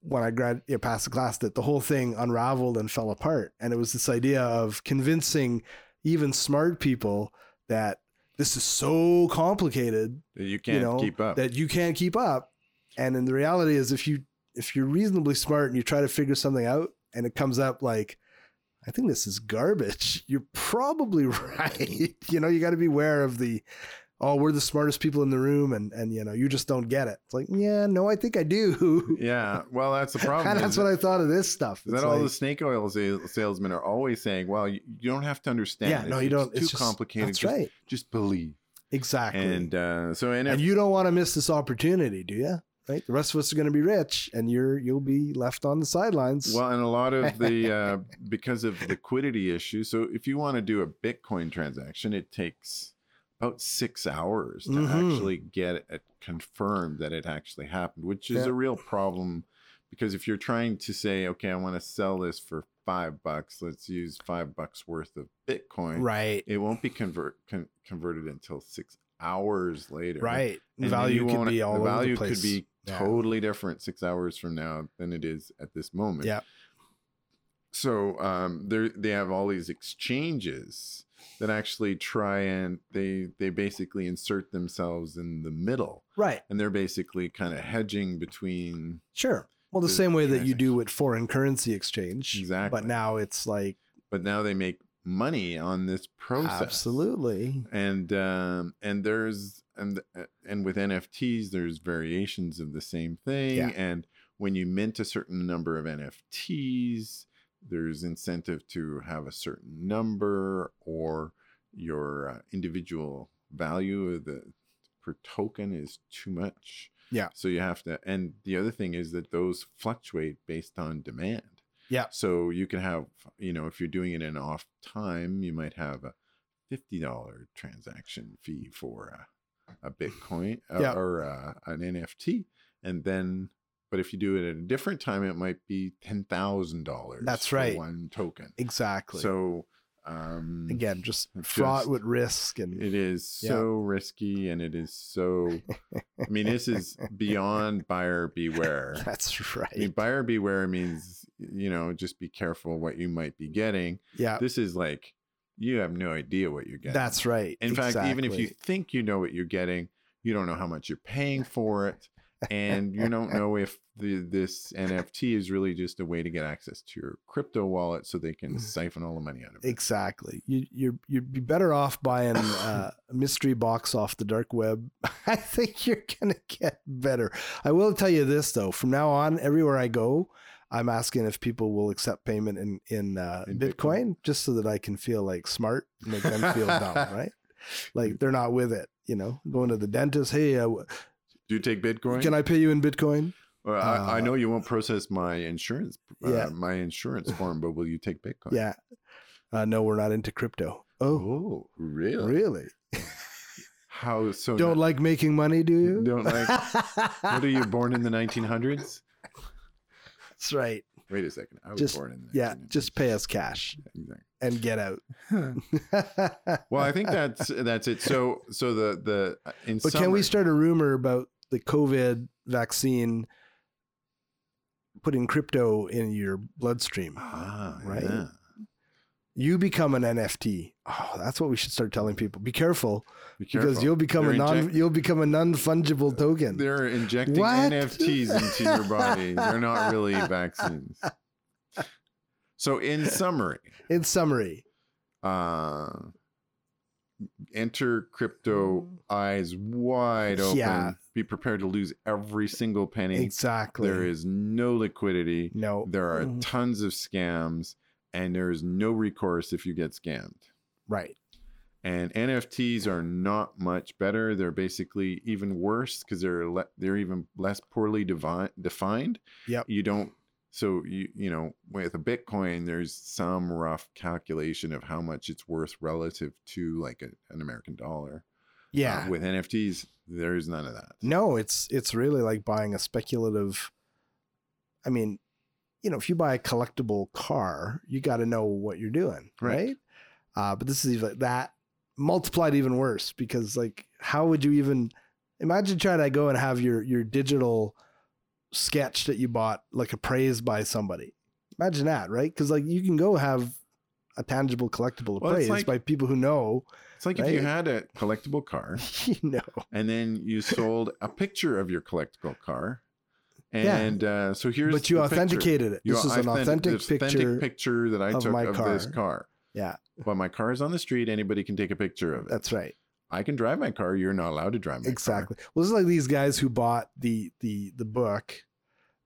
Speaker 1: when I grad you know, passed the class that the whole thing unraveled and fell apart. And it was this idea of convincing even smart people that this is so complicated,
Speaker 2: You can't
Speaker 1: you know,
Speaker 2: keep up.
Speaker 1: that you can't keep up. And then the reality is, if you if you're reasonably smart and you try to figure something out, and it comes up like, I think this is garbage. You're probably right. you know, you got to be aware of the, oh, we're the smartest people in the room, and and you know, you just don't get it. It's like, yeah, no, I think I do.
Speaker 2: yeah. Well, that's the problem.
Speaker 1: and
Speaker 2: is
Speaker 1: that's what I thought of this stuff.
Speaker 2: that
Speaker 1: It's
Speaker 2: all
Speaker 1: like-
Speaker 2: the snake oil sa- salesmen are always saying, well, you, you don't have to understand.
Speaker 1: yeah,
Speaker 2: this.
Speaker 1: no, you don't. it's
Speaker 2: It's, too
Speaker 1: just-
Speaker 2: complicated.
Speaker 1: That's
Speaker 2: just,
Speaker 1: right.
Speaker 2: just believe.
Speaker 1: Exactly.
Speaker 2: And uh, so, and,
Speaker 1: and you don't want to miss this opportunity, do you? Right. The rest of us are going to be rich, and you're you'll be left on the sidelines.
Speaker 2: well, and a lot of the uh, because of liquidity issues. So, if you want to do a Bitcoin transaction, it takes about six hours to
Speaker 1: Mhm.
Speaker 2: actually get it confirmed that it actually happened, which is
Speaker 1: Yeah.
Speaker 2: a real problem. Because if you're trying to say, okay, I want to sell this for five bucks, let's use five bucks worth of Bitcoin.
Speaker 1: right,
Speaker 2: It won't be convert con- converted until six hours later.
Speaker 1: right.
Speaker 2: And then
Speaker 1: value
Speaker 2: you
Speaker 1: could
Speaker 2: won't-
Speaker 1: be all
Speaker 2: the value
Speaker 1: over the place.
Speaker 2: could be
Speaker 1: Yeah.
Speaker 2: totally different six hours from now than it is at this moment.
Speaker 1: Yeah.
Speaker 2: So um, they they have all these exchanges that actually try and they they basically insert themselves in the middle,
Speaker 1: right.
Speaker 2: and they're basically kind of hedging between
Speaker 1: Sure. Well, the
Speaker 2: The
Speaker 1: same way that you do
Speaker 2: transaction.
Speaker 1: with foreign currency exchange,
Speaker 2: Exactly.
Speaker 1: But now it's like
Speaker 2: but now they make money on this process.
Speaker 1: absolutely
Speaker 2: and um, and there's and uh, and with NFTs there's variations of the same thing
Speaker 1: Yeah.
Speaker 2: and when you mint a certain number of NFTs there's incentive to have a certain number or your uh, individual value of the per token is too much
Speaker 1: Yeah.
Speaker 2: so you have to and the other thing is that those fluctuate based on demand
Speaker 1: Yeah.
Speaker 2: so you can have you know if you're doing it in off time you might have a fifty dollar transaction fee for a, a Bitcoin uh,
Speaker 1: Yeah.
Speaker 2: or uh, an NFT, and then but if you do it at a different time, it might be ten thousand dollars.
Speaker 1: That's right.
Speaker 2: one token.
Speaker 1: exactly.
Speaker 2: So um,
Speaker 1: again, just
Speaker 2: Just-
Speaker 1: fraught with risk and
Speaker 2: it is
Speaker 1: Yeah.
Speaker 2: so risky, and it is so. I mean, this is beyond buyer beware.
Speaker 1: that's
Speaker 2: I mean,
Speaker 1: right.
Speaker 2: buyer beware means you know just be careful what you might be getting.
Speaker 1: Yeah,
Speaker 2: This is like you have no idea what you're getting.
Speaker 1: Uh, that's right.
Speaker 2: In fact, even if you
Speaker 1: Exactly.
Speaker 2: think you know what you're getting, you don't know how much you're paying for it, and you don't know if the, this NFT is really just a way to get access to your crypto wallet so they
Speaker 1: Mm.
Speaker 2: can siphon all the money out of it.
Speaker 1: Exactly. You you you'd be better off buying uh, a mystery box off the dark web. I think you're gonna get better. I will tell you this though. From now on, everywhere I go, I'm asking if people will accept payment in in, uh,
Speaker 2: In
Speaker 1: Bitcoin,
Speaker 2: Bitcoin.
Speaker 1: just so that I can feel like smart, make them feel dumb, right? Like they're not with it. You know, going to the dentist. Hey, uh, w-
Speaker 2: Do you take Bitcoin?
Speaker 1: can I pay you in Bitcoin?
Speaker 2: Well, I, I
Speaker 1: uh,
Speaker 2: know you won't process my insurance, uh,
Speaker 1: Yeah.
Speaker 2: my insurance form, but will you take Bitcoin?
Speaker 1: Yeah. Uh, no, we're not into crypto. Oh,
Speaker 2: Oh, really? Oh,
Speaker 1: really?
Speaker 2: How so?
Speaker 1: Don't
Speaker 2: not-
Speaker 1: like making money, do you?
Speaker 2: Don't like. what are you born in the 1900s?
Speaker 1: That's right.
Speaker 2: Wait a second. I was
Speaker 1: Just-
Speaker 2: born in the 1900s.
Speaker 1: Yeah, just pay us cash
Speaker 2: Exactly.
Speaker 1: and get out.
Speaker 2: well i think that's that's it so so the the uh, in
Speaker 1: but can we
Speaker 2: summary-
Speaker 1: start a rumor about the COVID vaccine putting crypto in your bloodstream?
Speaker 2: ah,
Speaker 1: right?
Speaker 2: yeah.
Speaker 1: You become an NFT. Oh, that's what we should start telling people. Be careful,
Speaker 2: Be
Speaker 1: because
Speaker 2: careful.
Speaker 1: you'll become
Speaker 2: They're
Speaker 1: a non
Speaker 2: inject-
Speaker 1: you'll become a non fungible token.
Speaker 2: they're injecting
Speaker 1: What?
Speaker 2: nfts into your body they're not really vaccines so in summary
Speaker 1: in summary,
Speaker 2: uh enter crypto eyes wide open
Speaker 1: Yeah.
Speaker 2: be prepared to lose every single penny
Speaker 1: exactly.
Speaker 2: there is no liquidity
Speaker 1: no.
Speaker 2: there are
Speaker 1: Mhm.
Speaker 2: tons of scams and there is no recourse if you get scammed
Speaker 1: right.
Speaker 2: And NFTs are not much better. They're basically even worse because they're le- they're even less poorly devi- defined.
Speaker 1: Yep.
Speaker 2: You don't so you you know with a Bitcoin, there's some rough calculation of how much it's worth relative to like a, an American dollar. Uh,
Speaker 1: Yeah.
Speaker 2: with NFTs, there's none of that.
Speaker 1: No, it's it's really like buying a speculative. I mean, you know, if you buy a collectible car, you got to know what you're doing, right?
Speaker 2: Right.
Speaker 1: Uh, but this is even that multiplied even worse because, like, how would you even imagine trying to go and have your your digital sketch that you bought like appraised by somebody? Imagine that, right? Because like you can go have a tangible collectible
Speaker 2: Well, it's
Speaker 1: appraised
Speaker 2: like-
Speaker 1: by people who know,
Speaker 2: It's like if you
Speaker 1: Right.
Speaker 2: had a collectible car
Speaker 1: you know,
Speaker 2: and then you sold a picture of your collectible car.
Speaker 1: Yeah.
Speaker 2: And uh, so here's
Speaker 1: but you
Speaker 2: the picture.
Speaker 1: authenticated it.
Speaker 2: You
Speaker 1: this is an
Speaker 2: authentic-
Speaker 1: authentic,
Speaker 2: this authentic
Speaker 1: picture.
Speaker 2: picture that I
Speaker 1: of
Speaker 2: took
Speaker 1: my
Speaker 2: of this car.
Speaker 1: Yeah.
Speaker 2: But my car is on the street. Anybody can take a picture of it.
Speaker 1: That's right.
Speaker 2: I can drive my car. You're not allowed to drive my car.
Speaker 1: Exactly. Well, this is like these guys who bought the the the book,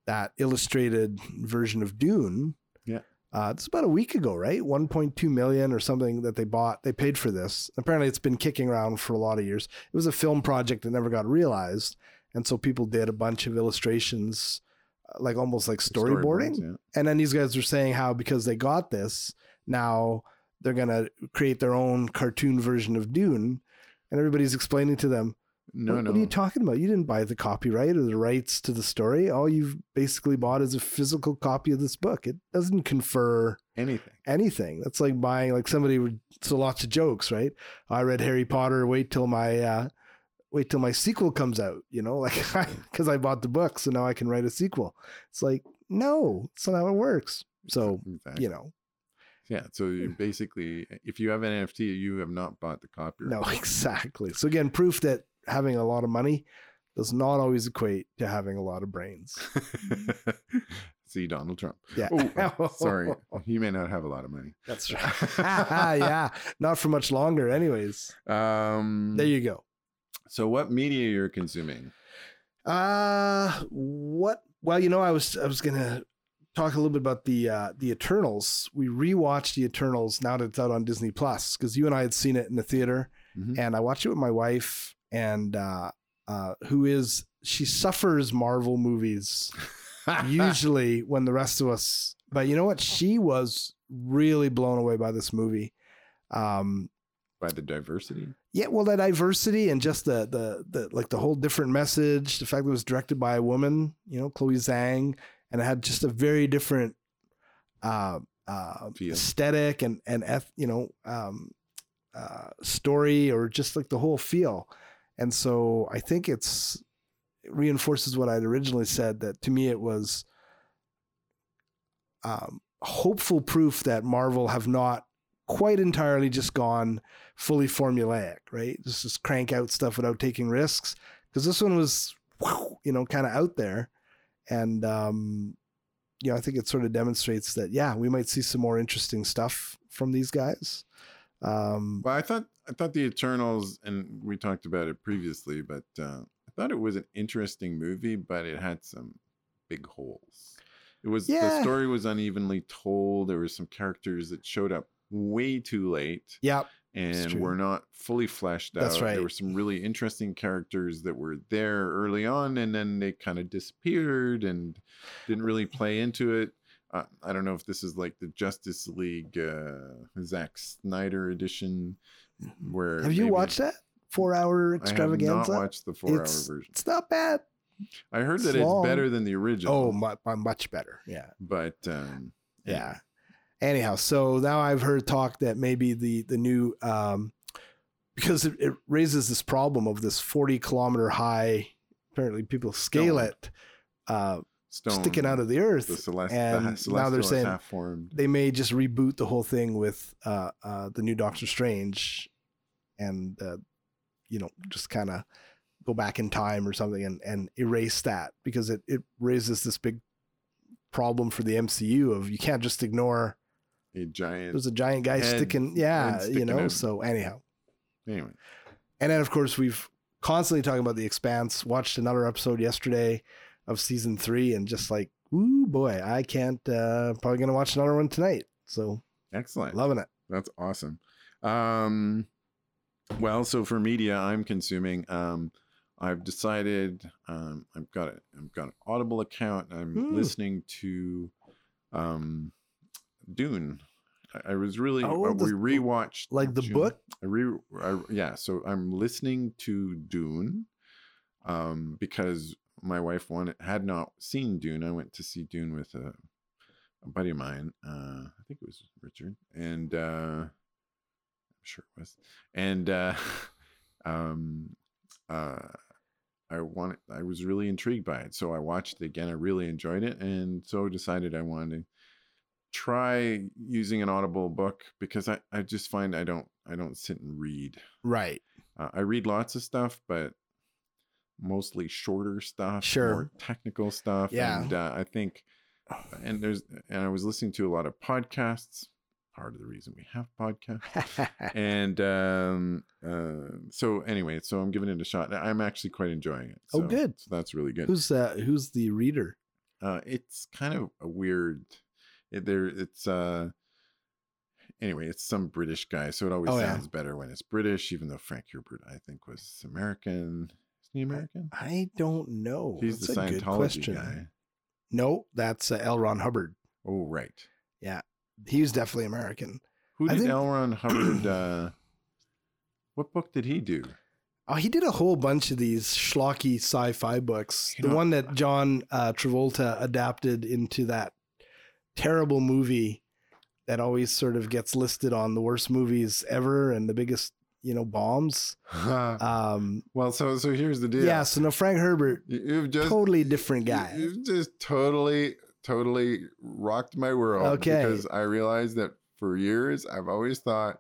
Speaker 1: that illustrated version of Dune.
Speaker 2: Yeah.
Speaker 1: Uh, it's about a week ago, right? 1.2 million or something that they bought. They paid for this. Apparently, it's been kicking around for a lot of years. It was a film project that never got realized, and so people did a bunch of illustrations, uh, like almost like storyboarding.
Speaker 2: Storyboards,
Speaker 1: And then these guys were saying how because they got this, now they're gonna create their own cartoon version of Dune. And everybody's explaining to them,
Speaker 2: yeah. No,
Speaker 1: what,
Speaker 2: no.
Speaker 1: what are you talking about? You didn't buy the copyright or the rights to the story. All you've basically bought is a physical copy of this book. It doesn't confer
Speaker 2: Anything.
Speaker 1: anything. That's like buying like somebody would so lots of jokes, right? I read Harry Potter, wait till my uh wait till my sequel comes out, you know, like cuz I bought the book, so now I can write a sequel. It's like, no, it's not how it works. So,
Speaker 2: Exactly.
Speaker 1: you know,
Speaker 2: Yeah. So you
Speaker 1: Hmm.
Speaker 2: basically, if you have an NFT, you have not bought the copyright.
Speaker 1: no, exactly. So again, proof that having a lot of money does not always equate to having a lot of brains.
Speaker 2: See Donald Trump.
Speaker 1: Yeah.
Speaker 2: Oh, sorry. He may not have a lot of money.
Speaker 1: That's right. yeah, not for much longer. Anyways,
Speaker 2: Um,
Speaker 1: there you go.
Speaker 2: so, what media you're consuming?
Speaker 1: Uh what? Well, you know, I was I was gonna talk a little bit about the uh, the Eternals. We rewatched the Eternals now that it's out on Disney Plus because you and I had seen it in the theater,
Speaker 2: Mhm.
Speaker 1: and I watched it with my wife, and uh, uh, who is she suffers Marvel movies usually when the rest of us but you know what she was really blown away by this movie um
Speaker 2: by the diversity.
Speaker 1: Yeah, well, the diversity and just the the the like the whole different message, the fact that it was directed by a woman, you know, Chloe Zhang, and it had just a very different uh, uh,
Speaker 2: Feel.
Speaker 1: aesthetic and and eth- you know um, uh, story or just like the whole feel. And so I think it's it reinforces what I'd originally said that to me it was um, hopeful proof that Marvel have not quite entirely just gone fully formulaic, right? Just just crank out stuff without taking risks. Because this one was, whew, you know, kind of out there, and um, you know, I think it sort of demonstrates that yeah, we might see some more interesting stuff from these guys. Um,
Speaker 2: Well, I thought I thought the Eternals, and we talked about it previously, but uh, I thought it was an interesting movie, but it had some big holes. It was the
Speaker 1: Yeah.
Speaker 2: story was unevenly told. There were some characters that showed up way too late
Speaker 1: yeah,
Speaker 2: and
Speaker 1: true.
Speaker 2: were not fully fleshed out.
Speaker 1: That's right.
Speaker 2: There were some really interesting characters that were there early on, and then they kind of disappeared and didn't really play into it. Uh, I don't know if this is like the Justice League uh, Zack Snyder edition. Where
Speaker 1: Mm. have you
Speaker 2: maybe-
Speaker 1: watched that four hour
Speaker 2: I have not
Speaker 1: extravaganza?
Speaker 2: watched the four-hour
Speaker 1: It's-
Speaker 2: version.
Speaker 1: It's not bad.
Speaker 2: I heard that
Speaker 1: it's long.
Speaker 2: it's better than the original.
Speaker 1: Oh, much much better. Yeah,
Speaker 2: But um,
Speaker 1: yeah. Anyhow, so now I've heard talk that maybe the the new um, because it, it raises this problem of this 40 kilometer high apparently people scale
Speaker 2: Stone.
Speaker 1: it uh,
Speaker 2: stone
Speaker 1: sticking out of the
Speaker 2: the
Speaker 1: earth
Speaker 2: celest-
Speaker 1: and
Speaker 2: the
Speaker 1: now
Speaker 2: ha- celestial
Speaker 1: they're
Speaker 2: is
Speaker 1: saying-
Speaker 2: half-formed.
Speaker 1: they may just reboot the whole thing with uh, uh, the new doctor strange and uh, you know just kind of go back in time or something and, and erase that because it, it raises this big problem for the mcu of you can't just ignore
Speaker 2: a giant.
Speaker 1: there's a giant guy
Speaker 2: Head-
Speaker 1: sticking yeah
Speaker 2: head
Speaker 1: you
Speaker 2: sticking
Speaker 1: know
Speaker 2: out.
Speaker 1: so anyhow
Speaker 2: anyway,
Speaker 1: And then, of course, we've constantly talking about The Expanse. Watched another episode yesterday of season three, and just like, ooh, boy, I can't. Uh, probably gonna watch another one tonight. So
Speaker 2: excellent.
Speaker 1: loving it.
Speaker 2: That's awesome. Um, Well, so for media, I'm consuming. Um, I've decided um, I've got a, I've got an Audible account. And I'm
Speaker 1: Hmm.
Speaker 2: listening to um, Dune. I, I was really
Speaker 1: Oh,
Speaker 2: uh,
Speaker 1: the-
Speaker 2: we rewatched
Speaker 1: Like the
Speaker 2: Dune.
Speaker 1: book?
Speaker 2: I re I, yeah. So I'm listening to Dune, um, because my wife wanted had not seen Dune. I went to see Dune with a, a buddy of mine. Uh, I think it was Richard, and uh, I'm sure it was. And uh, um, uh, I wanted. I was really intrigued by it, so I watched it again. I really enjoyed it, and so decided I wanted to try using an audible book because I, I just find I don't I don't sit and read.
Speaker 1: Right.
Speaker 2: Uh, I read lots of stuff, but mostly shorter stuff,
Speaker 1: Sure.
Speaker 2: more technical stuff.
Speaker 1: Yeah.
Speaker 2: and uh, I think and there's and I was listening to a lot of podcasts. Part of the reason we have podcasts. And um, uh, so, anyway, so I'm giving it a shot. I'm actually quite enjoying it.
Speaker 1: Oh,
Speaker 2: So-
Speaker 1: good.
Speaker 2: So that's really good.
Speaker 1: who's uh who's the reader?
Speaker 2: uh it's kind of a weird it, there it's uh anyway it's some british guy so it always
Speaker 1: Oh, yeah.
Speaker 2: sounds better when it's british even though frank herbert i think was american isn't he american
Speaker 1: I don't know.
Speaker 2: he's the
Speaker 1: That's a good
Speaker 2: scientology
Speaker 1: question.
Speaker 2: guy
Speaker 1: No, that's uh, L. Ron Hubbard.
Speaker 2: oh right
Speaker 1: He's definitely American.
Speaker 2: who
Speaker 1: I
Speaker 2: did
Speaker 1: think-
Speaker 2: L. Ron hubbard uh what book did he do
Speaker 1: Oh, he did a whole bunch of these schlocky sci-fi books.
Speaker 2: You
Speaker 1: the
Speaker 2: know-
Speaker 1: one that John uh, Travolta adapted into that terrible movie that always sort of gets listed on the worst movies ever and the biggest, you know, bombs. Um,
Speaker 2: well so so here's the
Speaker 1: yeah.
Speaker 2: deal
Speaker 1: So no, Frank Herbert,
Speaker 2: You- you've just
Speaker 1: totally different guy.
Speaker 2: You, have just totally, totally rocked my world.
Speaker 1: Okay.
Speaker 2: Because I realized that for years I've always thought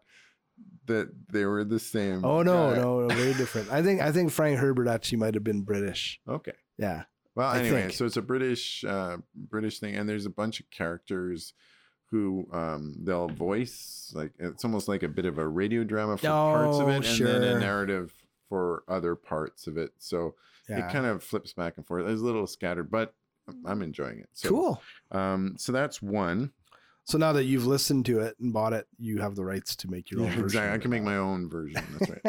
Speaker 2: that they were the same.
Speaker 1: oh no,
Speaker 2: guy.
Speaker 1: no, no, very different. I think I think Frank Herbert actually might have been British.
Speaker 2: Okay.
Speaker 1: Yeah.
Speaker 2: Well,
Speaker 1: I
Speaker 2: anyway,
Speaker 1: think.
Speaker 2: so it's a British, uh, British thing, and there's a bunch of characters who um, they'll voice like it's almost like a bit of a radio drama for parts of
Speaker 1: Oh,
Speaker 2: it, and then a
Speaker 1: sure.
Speaker 2: narrative for other parts of it. So
Speaker 1: Yeah.
Speaker 2: it kind of flips back and forth. It's a little scattered, but I'm enjoying it. So,
Speaker 1: cool.
Speaker 2: Um, so that's one.
Speaker 1: So now that you've listened to it and bought it, you have the rights to make your own
Speaker 2: Yeah,
Speaker 1: version.
Speaker 2: exactly. I
Speaker 1: of
Speaker 2: can make
Speaker 1: it.
Speaker 2: my own version. That's right.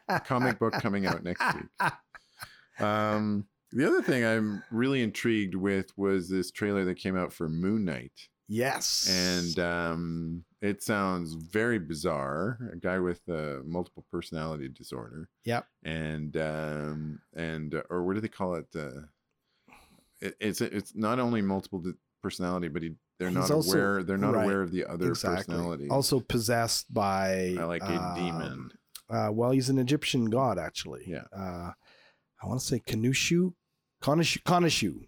Speaker 2: Um, comic book coming out next week. Um, the other thing I'm really intrigued with was this trailer that came out for Moon Knight,
Speaker 1: Yes.
Speaker 2: and um, it sounds very bizarre. A guy with uh, multiple personality disorder.
Speaker 1: Yep.
Speaker 2: And um, and uh, or what do they call it? Uh, it it's it's not only multiple di- personality, but he, they're
Speaker 1: He's
Speaker 2: not
Speaker 1: also-
Speaker 2: aware. They're not
Speaker 1: right.
Speaker 2: aware of the other
Speaker 1: exactly.
Speaker 2: personality.
Speaker 1: Also possessed by
Speaker 2: Uh, like a
Speaker 1: uh,
Speaker 2: demon.
Speaker 1: Uh, well, he's an Egyptian god, actually.
Speaker 2: Yeah.
Speaker 1: Uh, I want to say Kanushu, Kanushu, Kanushu.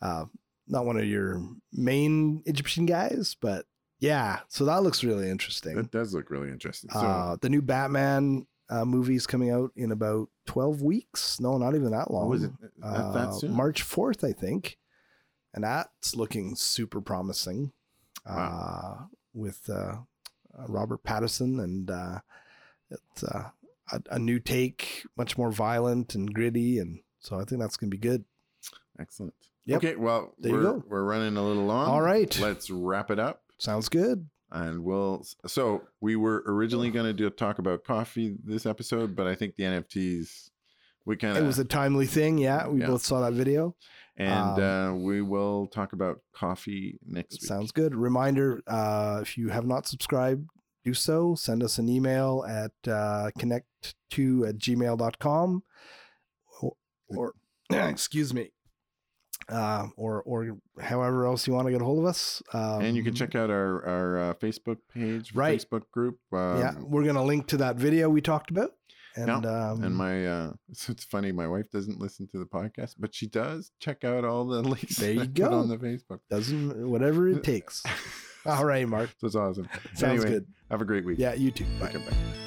Speaker 1: Uh, not one of your main Egyptian guys, but yeah. So that looks really interesting.
Speaker 2: That does look really interesting. So,
Speaker 1: Uh, the new Batman uh, movie is coming out in about twelve weeks. No, not even that long.
Speaker 2: what was it? That, that
Speaker 1: uh,
Speaker 2: soon?
Speaker 1: March 4th, I think. And that's looking super promising uh, with uh, uh, Robert Pattinson and uh, it's uh, a, a new take, much more violent and gritty. And so I think that's going to be good.
Speaker 2: Excellent.
Speaker 1: Yep.
Speaker 2: Okay, well,
Speaker 1: There you
Speaker 2: we're,
Speaker 1: go.
Speaker 2: we're running a little long.
Speaker 1: All right.
Speaker 2: Let's wrap it up.
Speaker 1: Sounds good.
Speaker 2: And we'll. So, we were originally going to do talk about coffee this episode, but I think the NFTs, we kind
Speaker 1: It was
Speaker 2: of.
Speaker 1: a timely thing. Yeah. We
Speaker 2: Yeah.
Speaker 1: both saw that video. um,
Speaker 2: And uh, we will talk about coffee next week.
Speaker 1: Sounds good. Reminder uh, if you have not subscribed, do so. Send us an email at uh, connect2 at gmail.com or, or excuse me, uh, or, or however else you want to get a hold of us. Um,
Speaker 2: and you can check out our, our uh, Facebook page,
Speaker 1: Right.
Speaker 2: Facebook group. Um,
Speaker 1: yeah, we're going to link to that video we talked about. And, um,
Speaker 2: And my, uh, so it's funny, my wife doesn't listen to the podcast, but she does check out all the links
Speaker 1: There
Speaker 2: that
Speaker 1: you
Speaker 2: I put
Speaker 1: go.
Speaker 2: on the Facebook.
Speaker 1: doesn't, whatever it takes. All right, Mark.
Speaker 2: That's awesome.
Speaker 1: Sounds
Speaker 2: Anyway,
Speaker 1: good.
Speaker 2: Have a great week.
Speaker 1: Yeah, you too. Bye.
Speaker 2: Take care, Bye.